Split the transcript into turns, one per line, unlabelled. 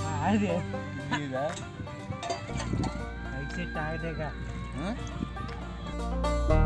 मार दिया
ठीक है
बाइक से टायर देगा
हाँ?